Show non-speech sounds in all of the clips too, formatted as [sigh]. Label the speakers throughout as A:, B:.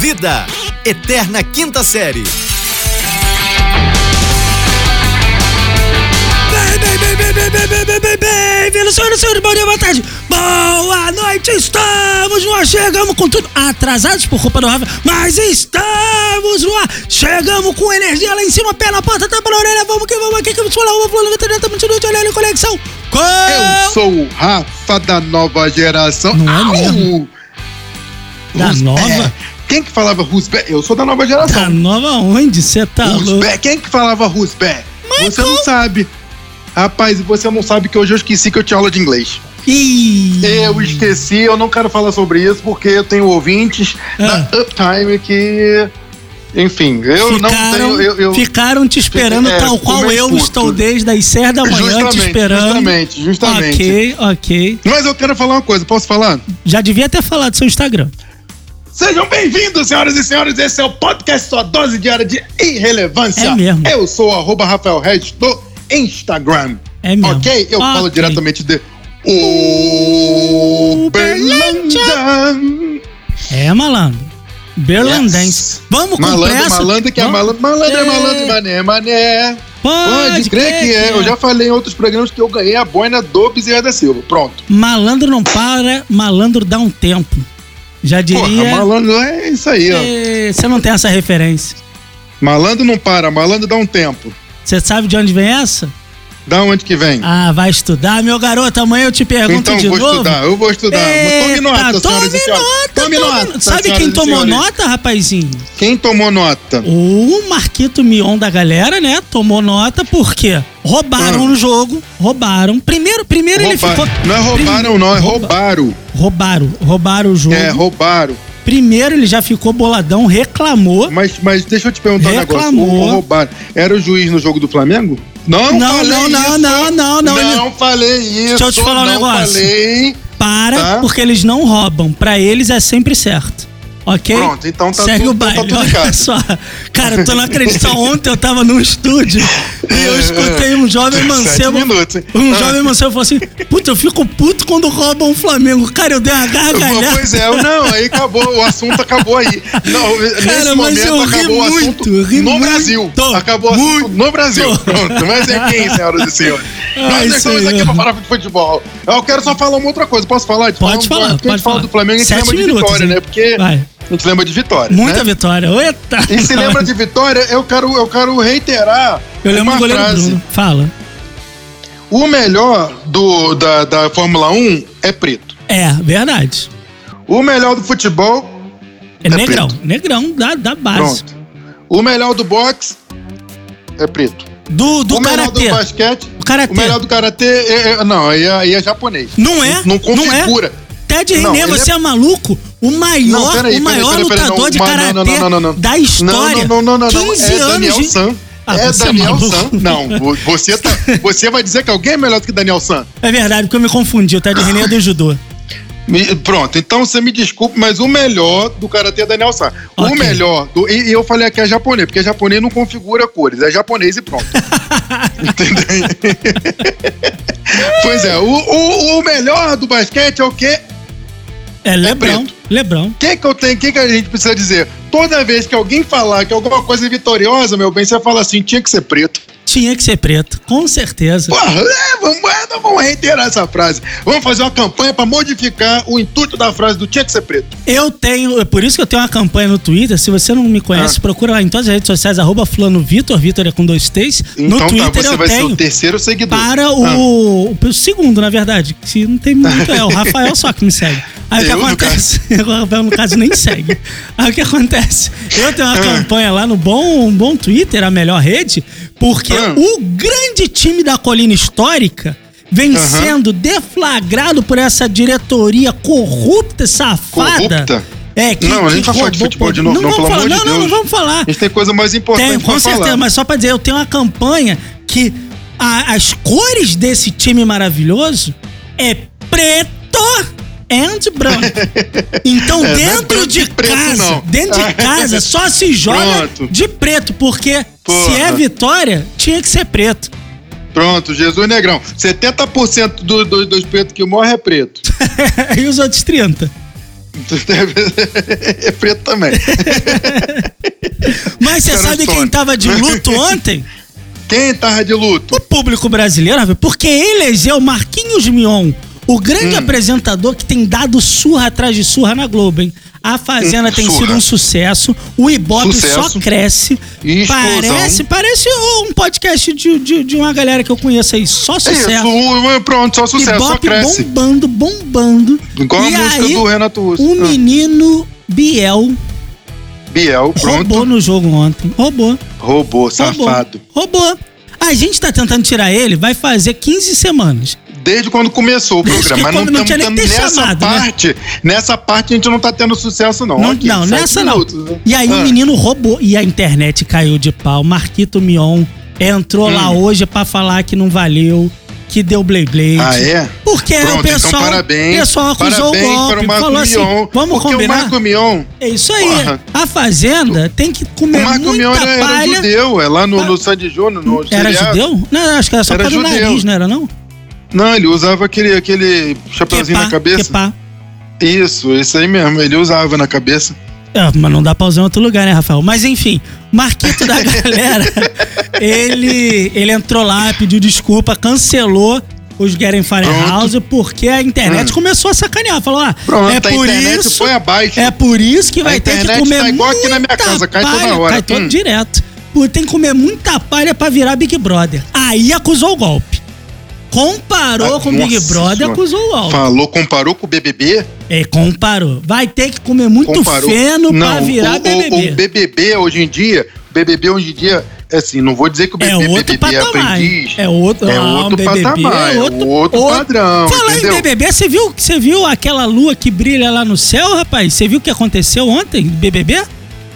A: Vida, Eterna Quinta Série.
B: Bem, bem, bem, bem, bem, bem, bem, bem, bem, bem, bem, senhoras e senhores, bom dia, boa tarde, boa noite, estamos no ar, chegamos com tudo, atrasados por culpa do Rafa, mas estamos no ar, chegamos com energia lá em cima, pé na porta, tapa na orelha, vamos que vamos aqui, que vamos falar, vamos falar, vamos falar, vamos falar, vamos falar, conexão com...
C: Eu sou o Rafa da nova geração.
B: Não é
C: Au!
B: mesmo? Da
C: Rusbe-
B: nova?
C: Quem que falava Rusbe? Eu sou da nova
B: Tá
C: geração.
B: nova onde você tá louco?
C: Rusbe? Quem que falava Rusbe? Você não sabe. Rapaz, você não sabe que hoje eu esqueci que eu tinha aula de inglês.
B: Ih,
C: Eu esqueci, eu não quero falar sobre isso porque eu tenho ouvintes
B: Ah.
C: da Uptime que. Enfim, eu não
B: ficaram,
C: tenho. Eu, eu-
B: ficaram te esperando
C: É,
B: tal qual
C: comer
B: eu
C: curto.
B: estou desde as 6 da manhã te esperando.
C: justamente, justamente.
B: Ok, ok.
C: Mas eu quero falar uma coisa, posso falar?
B: Já devia ter falado seu Instagram.
C: Sejam bem-vindos, senhoras e senhores. Esse é o podcast Sua Dose Diária de Irrelevância.
B: É mesmo.
C: Eu sou o arroba Rafael Regis do Instagram.
B: É mesmo.
C: Ok? Eu falo
B: Ok.
C: diretamente de Uberlândia.
B: É, malandro. Berlandense.
C: Yes.
B: Vamos com
C: Malandro,
B: pressa.
C: malandro que é
B: Vamos-
C: malandro. Malandro é
B: É. Ah,
C: malandro, mané, mané.
B: Pode,
C: Pode crer que é. Eu já falei em outros programas que eu ganhei a boina do Bezerra da Silva. Pronto.
B: Malandro não para, malandro dá um tempo. Já
C: Porra,
B: diria.
C: malandro é isso aí, ó.
B: que Você não tem essa referência.
C: Malandro não para, malandro dá um tempo.
B: Você sabe de onde vem essa?
C: Da onde que vem?
B: Ah, vai estudar, meu garoto. Amanhã eu te pergunto
C: Então,
B: de
C: vou
B: novo.
C: estudar, eu vou estudar. Mas tome
B: Eita, tome
C: nota, senhoras e senhores.
B: nota,
C: Tome
B: tome-
C: nota,
B: Sabe
C: senhoras
B: quem
C: e
B: tomou
C: senhores.
B: nota, rapazinho?
C: Quem tomou nota?
B: O Marquito Mion da galera, né? Tomou nota porque roubaram
C: Ah.
B: no jogo. Roubaram. Primeiro, primeiro ele
C: Rouba-
B: ficou.
C: Não é roubaram, não, é
B: Rouba-
C: roubaram.
B: Roubaram. Roubaram o jogo.
C: É, roubaram.
B: Primeiro ele já ficou boladão, reclamou.
C: Mas, mas deixa eu te perguntar um
B: Reclamou.
C: negócio. O- o roubaram. Era o juiz no jogo do Flamengo? Não,
B: Não,
C: falei
B: não, não,
C: isso.
B: não, não, não,
C: Não falei isso.
B: Deixa eu te falar um
C: não
B: negócio.
C: Falei.
B: Para,
C: Tá.
B: porque eles não roubam. Pra eles é sempre certo. Ok?
C: Pronto, então tá
B: Segue
C: tudo-
B: o baile.
C: tá tudo em
B: Olha
C: casa.
B: só. Cara, tu não
C: [laughs]
B: acredita. Ontem eu tava num estúdio e eu escutei um jovem
C: Sete
B: mancebo.
C: minutos, hein?
B: Um
C: Ah.
B: jovem mancebo falou assim: Puta, eu fico puto quando roubam o Flamengo. Cara, eu dei uma gargalhada.
C: Pois é, eu- não, aí acabou, o assunto acabou aí. Não, nesse
B: mas eu
C: momento
B: ri
C: acabou o
B: muito,
C: assunto
B: ri
C: no
B: muito.
C: Brasil. Acabou o assunto
B: Muito. Ah,
C: no Brasil. Pronto, mas é
B: [laughs]
C: quem, senhoras e senhores?
B: Ai,
C: Nós estamos
B: senhor.
C: aqui pra falar de futebol. Eu quero só falar uma outra coisa, posso falar?
B: né? Pode falar,
C: Porque a
B: pode
C: gente é fala
B: falar.
C: do Flamengo, a gente
B: Sete
C: lembra
B: minutos,
C: de vitória,
B: hein?
C: né? Porque
B: Vai.
C: a gente lembra de vitória,
B: Muita
C: né?
B: vitória. tá. Eita!
C: E
B: [laughs]
C: se lembra de vitória, eu quero, eu quero reiterar
B: Eu lembro
C: uma
B: do goleiro
C: frase.
B: Bruno. Fala.
C: O melhor do, da, da Fórmula 1 é preto.
B: É, verdade.
C: O melhor do futebol
B: É,
C: É
B: negrão. Negrão da, da base.
C: Pronto. O melhor do boxe é preto.
B: Do, do
C: o melhor
B: karatê.
C: do basquete.
B: O karatê.
C: O melhor do karatê é, é- não, aí é, aí é japonês.
B: Não é?
C: Não
B: Não é?
C: configura.
B: Ted
C: Não,
B: René,
C: ele é-
B: você é... maluco? O maior,
C: Não, peraí,
B: o maior
C: peraí, peraí, peraí,
B: lutador
C: não,
B: de
C: mas
B: karatê
C: não, não, não, não, não.
B: da história.
C: Não, não, não, não, não.
B: 15
C: é
B: anos.
C: Daniel
B: de-
C: San.
B: Ah,
C: é
B: você é
C: Daniel
B: maluco.
C: San. Não, vo-
B: [laughs]
C: você, tá, você vai dizer que alguém é melhor do que Daniel San.
B: É verdade, porque eu me confundi. O
C: [laughs]
B: Ted René é do judô.
C: Me- pronto, então você me desculpe, mas o melhor do karatê é Daniel San.
B: Ok.
C: O melhor do. E, e eu falei aqui é japonês, porque japonês não configura cores, é japonês
B: [laughs]
C: e pronto. Entendeu? pois é, o, o, o melhor do basquete é o quê?
B: É Lebrão.
C: preto.
B: Lebrão.
C: O que, que eu tenho? O que, que a gente precisa dizer? Toda vez que alguém falar que alguma coisa é vitoriosa, meu bem, você fala assim: tinha que ser preto.
B: Tinha que ser preto, com certeza.
C: Porra, é, vamos, é, não vamos reiterar essa frase. Vamos fazer uma campanha pra modificar o intuito da frase do tinha que ser preto.
B: Eu tenho, é por isso que eu tenho uma campanha no Twitter. Se você não me
C: Ah.
B: conhece, procura lá em todas as redes sociais, arroba fulano Vitor, Vitor é com dois T's.
C: Então
B: no Twitter
C: tá, você
B: eu
C: vai
B: tenho.
C: ser o terceiro seguidor. Ah.
B: para o, o segundo, na verdade. Se não tem muito,
C: [laughs]
B: é o Rafael só que me segue. Aí o que
C: Eu, no
B: acontece? [laughs] O Rafael, no caso, nem segue. Aí o que acontece? Eu tenho uma
C: Ah.
B: campanha lá no bom, bom Twitter, a melhor rede, porque
C: Ah.
B: o grande time da Colina Histórica vem sendo deflagrado por essa diretoria corrupta, safada.
C: Corrupta?
B: É, que,
C: Não, a gente
B: que
C: vai falar de
B: roubou-
C: futebol de novo, não,
B: vamos
C: pelo
B: falar,
C: amor de
B: não, não, não
C: Deus.
B: vamos falar.
C: A gente tem coisa mais importante
B: Tem,
C: pra
B: com certeza,
C: falar.
B: mas só pra dizer, eu tenho uma campanha que a- as cores desse time maravilhoso é preto and branco.
C: [laughs]
B: Então,
C: É, não é
B: dentro
C: branco
B: de
C: e preto,
B: casa,
C: não.
B: dentro de casa, só se joga
C: Pronto.
B: de preto, porque se
C: Porra.
B: é vitória, tinha que ser preto. [laughs]
C: Pronto, Jesus Negrão. 70% do, do, dos pretos que morrem é preto.
B: e os outros 30?
C: [laughs] é preto também.
B: Mas você
C: Era
B: sabe quem
C: história.
B: tava de
C: [laughs]
B: luto ontem?
C: Quem tava de luto?
B: O público brasileiro, Rafael, porque elegeu Marquinhos Mion, o
C: Hum.
B: grande apresentador que tem dado surra atrás de surra na Globo, hein? A Fazenda
C: Hum,
B: tem
C: surra.
B: sido um sucesso, o Ibope só
C: Sucesso.
B: cresce.
C: E explosão.
B: Parece, parece um podcast de, de, de uma galera que eu conheço aí, só
C: É
B: sucesso.
C: Isso, o- pronto, só sucesso, só
B: Ibope
C: cresce.
B: bombando, bombando.
C: Igual a
B: e
C: música
B: aí, um
C: do Renato Russo.
B: o
C: Ah,
B: menino Biel
C: Biel, pronto.
B: roubou
C: Roubou,
B: no jogo ontem. Roubou.
C: safado.
B: Roubou. Roubou. A gente tá tentando tirar ele, vai fazer 15 semanas.
C: Desde quando começou o
B: Desde
C: programa.
B: que
C: Mas não
B: quando não
C: estamos
B: tinha nem
C: tendo
B: que ter
C: nessa
B: chamado, né?
C: parte. Nessa parte a gente não tá tendo sucesso, não.
B: Não,
C: Aqui,
B: não,
C: sete
B: nessa
C: minutos,
B: não.
C: né?
B: E aí o
C: Ah,
B: menino roubou. E a internet caiu de pau. Marquito Mion entrou lá
C: Hum.
B: hoje pra falar que não valeu, que deu blay blade.
C: Ah, é?
B: Porque
C: Pronto,
B: o pessoal,
C: então parabéns.
B: o pessoal acusou
C: parabéns
B: o golpe,
C: para o Marco
B: falou assim,
C: Mion.
B: vamos
C: porque
B: combinar?
C: o Marco Mion,
B: É isso aí.
C: Porra.
B: A Fazenda tem que
C: o
B: comer
C: Marco
B: é muita
C: Mion era, era
B: palha.
C: judeu, é lá no, no Sandy Júnior. no
B: Era
C: seriado.
B: judeu? Não, acho que era só
C: Era
B: para o
C: judeu.
B: nariz, não era não?
C: Não, ele usava aquele, aquele chapeuzinho
B: Kepá,
C: na cabeça.
B: kepá.
C: Isso, isso aí mesmo, ele usava na cabeça.
B: É, mas não dá pra usar em outro lugar, né, Rafael? Mas enfim, Marquito
C: [laughs]
B: da galera, ele, ele entrou lá, pediu desculpa, cancelou os Gerenfire
C: Pronto. Hum.
B: House porque a internet começou a sacanear. Falou, ah,
C: Pronto,
B: é
C: a
B: por
C: internet
B: isso.
C: foi abaixo.
B: É por isso que vai ter que
C: internet
B: comer
C: tá igual aqui
B: muita
C: na minha casa, cai toda
B: palha,
C: hora.
B: Cai todo
C: Hum.
B: direto. Pô, Tem que comer muita palha pra virar Big Brother. Aí acusou o golpe. Comparou
C: Ah,
B: com o Big
C: nossa
B: Brother,
C: senhora.
B: acusou o golpe.
C: Falou, comparou com o BBB?
B: É, comparou. Vai ter que comer muito
C: Comparou.
B: feno
C: não,
B: pra virar
C: o,
B: BBB.
C: O, o BBB hoje em dia, BBB hoje em dia, é assim, não vou dizer que o
B: É
C: BBB,
B: outro patamar. hein?
C: aprendiz.
B: É outro,
C: é
B: ah, um
C: outro
B: BBB,
C: patamar, é outro padrão,
B: Falar
C: entendeu?
B: em BBB, você viu, você viu aquela lua que brilha lá no céu, rapaz? Você viu o que aconteceu ontem, BBB?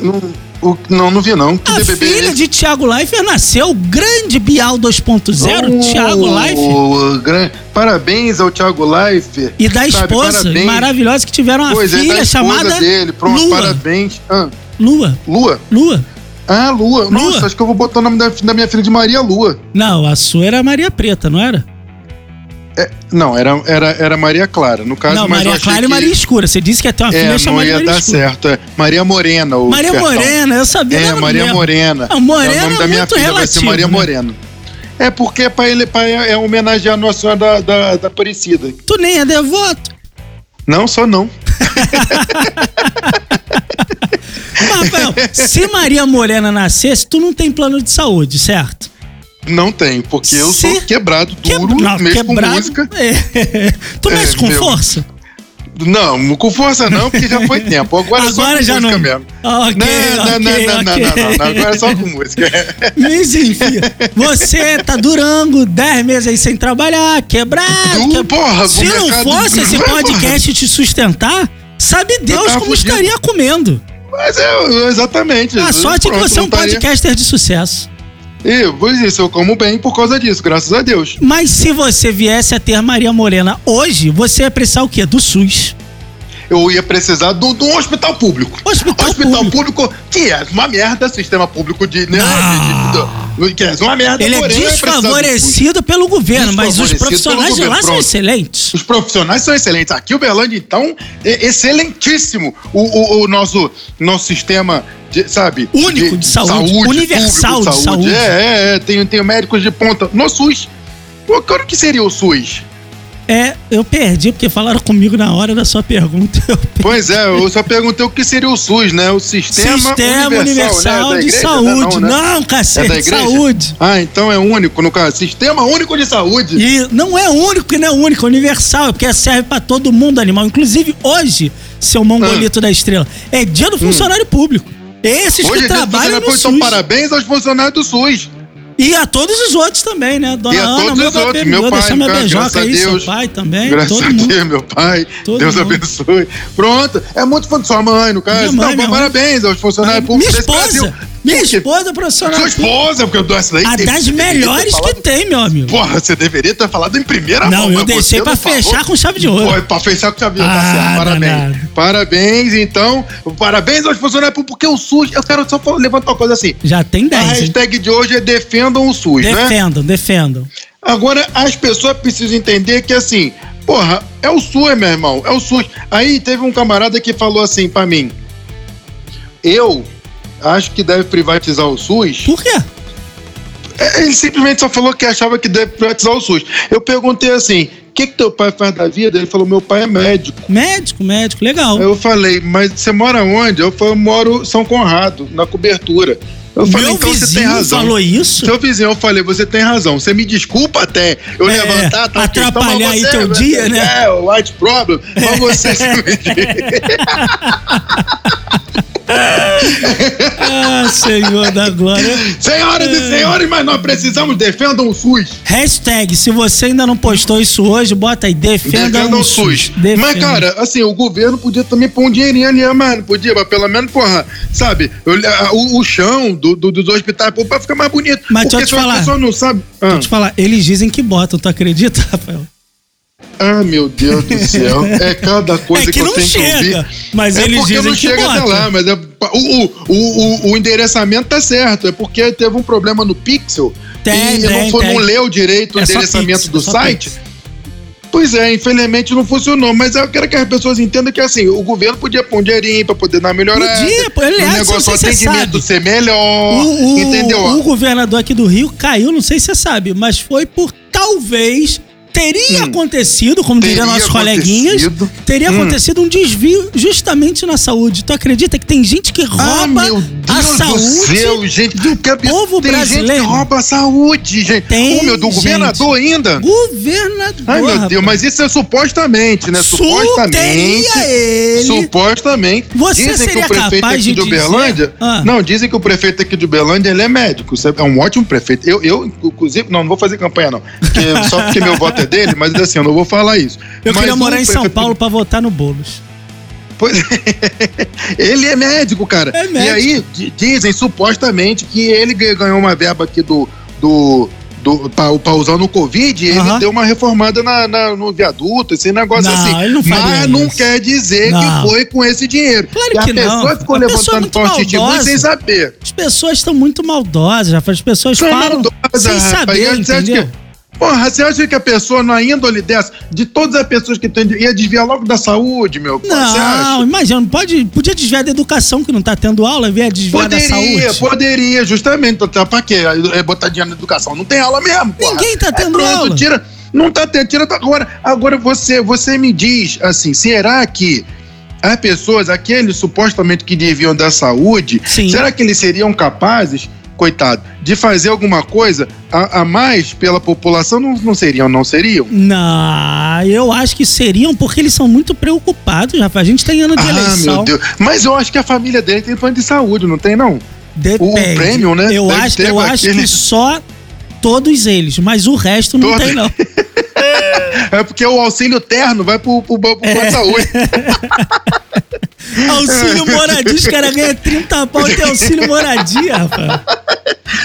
C: Não, o- não, não vi não. Que
B: A
C: BBB é
B: filha
C: esse?
B: de Thiago Leifert nasceu, o grande Bial 2.0,
C: Oh,
B: Thiago Leifert.
C: o gran- Parabéns ao Thiago Leifert.
B: E da
C: sabe,
B: esposa
C: parabéns.
B: maravilhosa que tiveram uma
C: Pois é, da
B: filha
C: esposa
B: chamada
C: dele. Pronto,
B: Lua.
C: parabéns. Ah,
B: Lua.
C: Lua?
B: Lua.
C: Ah, Lua.
B: Lua.
C: Nossa, acho que eu vou botar o nome da, da minha filha de Maria Lua.
B: Não, a sua era Maria Preta, não era?
C: É, não, era, era, era Maria Clara, no caso.
B: não,
C: mas eu
B: Maria
C: achei
B: Clara e
C: que-
B: Maria Escura. Você disse que até uma
C: É,
B: filha
C: não
B: chamada
C: ia
B: Maria
C: dar
B: Escura.
C: certo. é. Maria Morena. O
B: Maria
C: Fertão.
B: Morena, eu sabia.
C: É,
B: lembra
C: Maria
B: mesmo.
C: Morena.
B: Ah, Morena
C: é o nome
B: é
C: da minha
B: muito
C: filha, vai ser
B: relativo,
C: Maria
B: né?
C: Morena. É porque é pra ele pra, é homenagear a Nossa Senhora da, da, da Aparecida.
B: Tu nem é devoto.
C: Não, só não. [laughs]
B: Rafael, se Maria Morena nascesse, tu não tem plano de saúde, certo?
C: Não tem, porque eu
B: Se-
C: sou quebrado, duro,
B: Quebra- não,
C: mexo com música.
B: [laughs] É. Tu
C: É,
B: mexe com
C: meu.
B: força?
C: Não, com força não, porque já
B: [laughs]
C: foi tempo. Agora, é só
B: Agora
C: com
B: já
C: música
B: não.
C: mesmo.
B: Ah, Ok,
C: não,
B: ok,
C: não, não, não,
B: ok.
C: não, não, não, agora é só com música.
B: [laughs] Mas enfim, você tá durango, 10 meses aí sem trabalhar, quebrado.
C: Du-
B: que-
C: É porra, é
B: Se
C: o
B: não
C: mercado-
B: fosse assim- esse
C: Porra.
B: podcast te sustentar, sabe Deus
C: tava
B: como
C: Tá fudido.
B: estaria comendo.
C: Mas é, exatamente.
B: A sorte é que
C: Pronto,
B: você é um
C: não tá estaria-
B: podcaster de sucesso.
C: E, pois isso, eu como bem por causa disso, graças a Deus.
B: Mas se você viesse a ter Maria Morena hoje, você ia precisar o quê? Do SUS.
C: Eu ia precisar de um de um hospital público.
B: Hospital
C: público. que é uma merda, sistema público de. Né,
B: Ah.
C: de- de- que é uma merda.
B: Ele é
C: porém, eu ia precisar do SUS.
B: desfavorecido pelo governo, mas os
C: Desfavorecido
B: profissionais
C: pelo
B: de lá
C: governo,
B: são
C: pronto.
B: excelentes.
C: Os profissionais são excelentes. Aqui o Berlândia, então, é excelentíssimo o, o- o nosso, nosso sistema, de, sabe?
B: Único de saúde, universal de saúde.
C: É, é, é. Tem, tem médicos de ponta no SUS. Pô, Claro que seria o SUS.
B: É, eu perdi porque falaram comigo na hora da sua pergunta. Eu perdi.
C: Pois é, eu só perguntei o que seria o SUS, né? O Sistema,
B: Sistema Universal,
C: né? Da
B: de
C: igreja, né?
B: Saúde.
C: né?
B: Não,
C: É da
B: cacete,
C: igreja?
B: saúde.
C: Ah, então é único, no caso. Sistema único de saúde.
B: E não é único, e não é único, é universal, é porque serve pra todo mundo animal. Inclusive, hoje, seu mongolito da estrela, é dia do funcionário público. Esses
C: Ah.
B: que
C: Hum. Hoje é dia do
B: trabalham no
C: funcionário público, então
B: SUS.
C: parabéns aos funcionários do SUS.
B: E a todos os outros também, né? Dona
C: E a
B: Ana,
C: todos
B: meu
C: os outros,
B: baby,
C: meu
B: vou
C: pai,
B: deixar minha
C: cara,
B: beijoca
C: graças a
B: aí, seu
C: Deus.
B: pai também,
C: Graças
B: É, todo
C: a
B: mundo.
C: Deus, meu pai.
B: Todo
C: Deus
B: mundo.
C: abençoe. Pronto, é muito fun- sua mãe, no caso.
B: Minha mãe,
C: então,
B: minha mãe.
C: parabéns aos funcionários
B: minha
C: públicos desse Brasil.
B: esposa, minha esposa profissional.
C: Sua esposa, porque eu dou essa daí.
B: A
C: tem-
B: das
C: você deveria ter
B: melhores que
C: falado-
B: tem, meu amigo.
C: Porra, você deveria ter falado em primeira
B: Não,
C: mão.
B: eu
C: mas
B: deixei
C: você
B: pra
C: não falou.
B: fechar com chave de ouro.
C: Foi, pra fechar com chave de ouro, tá
B: Ah,
C: certo. Parabéns.
B: danado.
C: Parabéns, então. Parabéns aos funcionários públicos, porque o SUS... Eu quero só fa- levantar uma coisa assim.
B: Já tem
C: A
B: 10. hein?
C: hashtag de hoje é defendam o SUS, né?
B: Defendam, defendam.
C: Agora, as pessoas precisam entender que, assim, porra, é o SUS, meu irmão, é o SUS. Aí teve um camarada que falou assim pra mim, Eu acho que deve privatizar o SUS.
B: Por quê?
C: É, Ele simplesmente só falou que achava que deve privatizar o SUS. Eu perguntei assim: o que, que teu pai faz da vida? Ele falou: meu pai é médico.
B: Médico, médico, legal.
C: Aí Eu falei, mas você mora onde? Eu falei, eu moro em São Conrado, na cobertura. Eu falei,
B: Meu
C: então você tem
B: vizinho
C: razão.
B: falou
C: [laughs]
B: isso?
C: Seu vizinho, eu falei, você tem razão. Você me desculpa até eu
B: É,
C: levantar tal questão, mas
B: atrapalhar aí
C: você-
B: teu dia, né?
C: É, o white problem. Mas
B: [laughs]
C: você se
B: Ah, Senhor da Glória.
C: Senhoras e senhores, mas nós precisamos, defendam o SUS.
B: Hashtag, se você ainda não postou isso hoje, bota aí, defenda,
C: Defendam
B: o
C: o SUS.
B: Defenda.
C: Mas, cara, assim, o governo podia também pôr um dinheirinho ali, ah, mano. Podia, mas pelo menos, porra, sabe, eu- a- o, o chão do- do- dos hospitais pô, pra ficar mais bonito.
B: Mas deixa eu
C: Porque
B: te
C: se a
B: falar.
C: pessoa não sabe. Ah.
B: Vou te falar, eles dizem que botam, tu acredita, Rafael?
C: Ah, meu Deus do céu. É cada coisa
B: [laughs] É que
C: eu
B: não
C: tenho
B: chega,
C: que ouvir.
B: mas
C: é
B: eles
C: porque
B: dizem
C: não
B: que
C: chega até
B: bota.
C: lá, mas é- o, o, o, o endereçamento tá certo. É porque teve um problema no Pixel
B: Tem, tem,
C: e não, foi,
B: tem.
C: não leu direito o
B: É só
C: endereçamento
B: Pix,
C: do
B: é só
C: site.
B: Pix.
C: Pois é, infelizmente não funcionou, mas eu quero que as pessoas entendam que assim, o governo podia pôr um dinheirinho pra poder dar uma melhorada.
B: Podia, pô, aliás,
C: o negócio,
B: não
C: o
B: sei se você
C: atendimento
B: sabe.
C: ser melhor,
B: O, o-
C: entendeu?
B: o governador aqui do Rio caiu, não sei se você sabe, mas foi por talvez teria acontecido, como diriam
C: Hum. Teria
B: nossos coleguinhas,
C: acontecido.
B: teria
C: Hum.
B: acontecido um desvio justamente na saúde. Tu acredita que tem gente que
C: Ah,
B: rouba
C: meu
B: a
C: Deus do
B: saúde?
C: céu, gente. que abs-
B: povo
C: tem gente
B: brasileiro.
C: que rouba a saúde, gente.
B: Tem,
C: Ô, meu, do
B: gente.
C: governador ainda?
B: Governador.
C: Ai, meu Deus,
B: rapaz.
C: mas isso é supostamente, né?
B: Su-
C: Supostamente.
B: teria ele.
C: Supostamente.
B: Você
C: dizem que
B: seria
C: o prefeito
B: capaz
C: aqui
B: de
C: de
B: dizer?
C: Uberlândia.
B: Ah.
C: Não, dizem que o prefeito aqui de Uberlândia ele é médico. sabe? É um ótimo prefeito. Eu, eu, inclusive, não, não vou fazer campanha, não. Porque- só porque meu voto é dele, mas assim, eu não vou falar isso.
B: Eu
C: Mas
B: queria
C: o
B: morar em São
C: prefeito-
B: Paulo pra votar no Boulos.
C: Pois ele é médico, cara.
B: É médico.
C: E aí di- dizem supostamente que ele gan- ganhou uma verba aqui do do do pra, pra usar no Covid, e
B: Aham.
C: ele deu uma reformada na, na- no viaduto, esse negócio
B: Não,
C: assim.
B: ele não faria
C: Mas
B: isso.
C: não quer dizer
B: Não.
C: que foi com esse dinheiro.
B: Claro
C: e
B: que
C: a
B: não.
C: pessoa ficou
B: A pessoa é
C: levantando
B: muito
C: falso testemunho
B: maldosa.
C: sem saber.
B: As pessoas estão muito maldosas, rapaz. As pessoas
C: São
B: falam
C: maldosas,
B: sem
C: rapaz. E
B: saber,
C: aí, você acha
B: entendeu?
C: que- Porra, você acha que a pessoa, na índole dessa, de todas as pessoas que tem, ia desviar logo da saúde, meu? Pô, você acha?
B: Não, imagina, não pode, podia desviar da educação que não tá tendo aula, vier desviar da
C: Poderia,
B: saúde.
C: poderia, justamente. Tá, pra quê? É botar dinheiro na educação. Não tem aula mesmo. porra.
B: Ninguém tá
C: É,
B: tendo
C: pronto,
B: aula.
C: Tira, não tá tendo, tira. tá- Agora, agora você, você me diz assim: será que as pessoas, aqueles supostamente que deviam da saúde,
B: Sim.
C: será que eles seriam capazes? Coitado, de fazer alguma coisa a, a mais pela população não, não seriam, não seriam?
B: Não, eu acho que seriam porque eles são muito preocupados, rapaz. A gente tem ano de
C: Ah,
B: eleição.
C: meu Deus. Mas eu acho que a família dele tem plano de saúde, não tem, não?
B: Depende.
C: O prêmio, né?
B: Eu
C: Deve
B: acho,
C: ter
B: eu acho que
C: aquele-
B: só todos eles, mas o resto não
C: Todos.
B: tem,
C: [laughs]
B: não.
C: É porque o auxílio terno vai pro, pro, pro, pro
B: É.
C: plano de saúde.
B: Auxílio moradia, os caras ganham 30 pau de auxílio moradia, rapaz.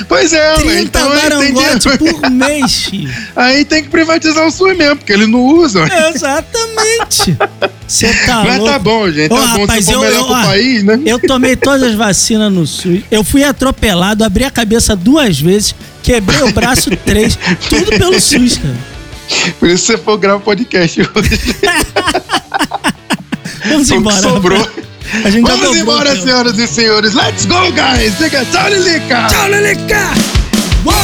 C: Pois é, ué,
B: 30
C: então aí tem,
B: marangote
C: dinheiro. [laughs]
B: por mês, filho.
C: aí tem que privatizar o SUS mesmo, porque eles não usam.
B: Exatamente. Você tá
C: Mas
B: louco.
C: tá bom, gente. Tá
B: Ô,
C: bom.
B: rapaz,
C: Se for
B: eu-
C: melhor
B: eu-
C: pro
B: ó,
C: país, né?
B: Eu tomei todas as vacinas no SUS. Eu fui atropelado, abri a cabeça duas vezes, quebrei o braço três, tudo pelo SUS, cara.
C: Por isso você for gravar podcast hoje.
B: Vamos
C: Foi o que
B: embora.
C: sobrou.
B: [laughs] A gente já
C: Vamos
B: dobrou,
C: embora,
B: cara.
C: senhoras e senhores. Let's go, guys. Diga tchau, Lilica.
B: Tchau, Lelica! Uou!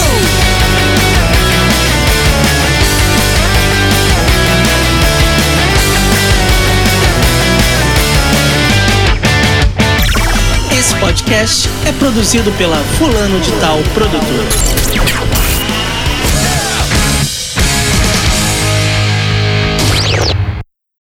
D: Esse podcast é produzido pela Fulano de Tal Produtora.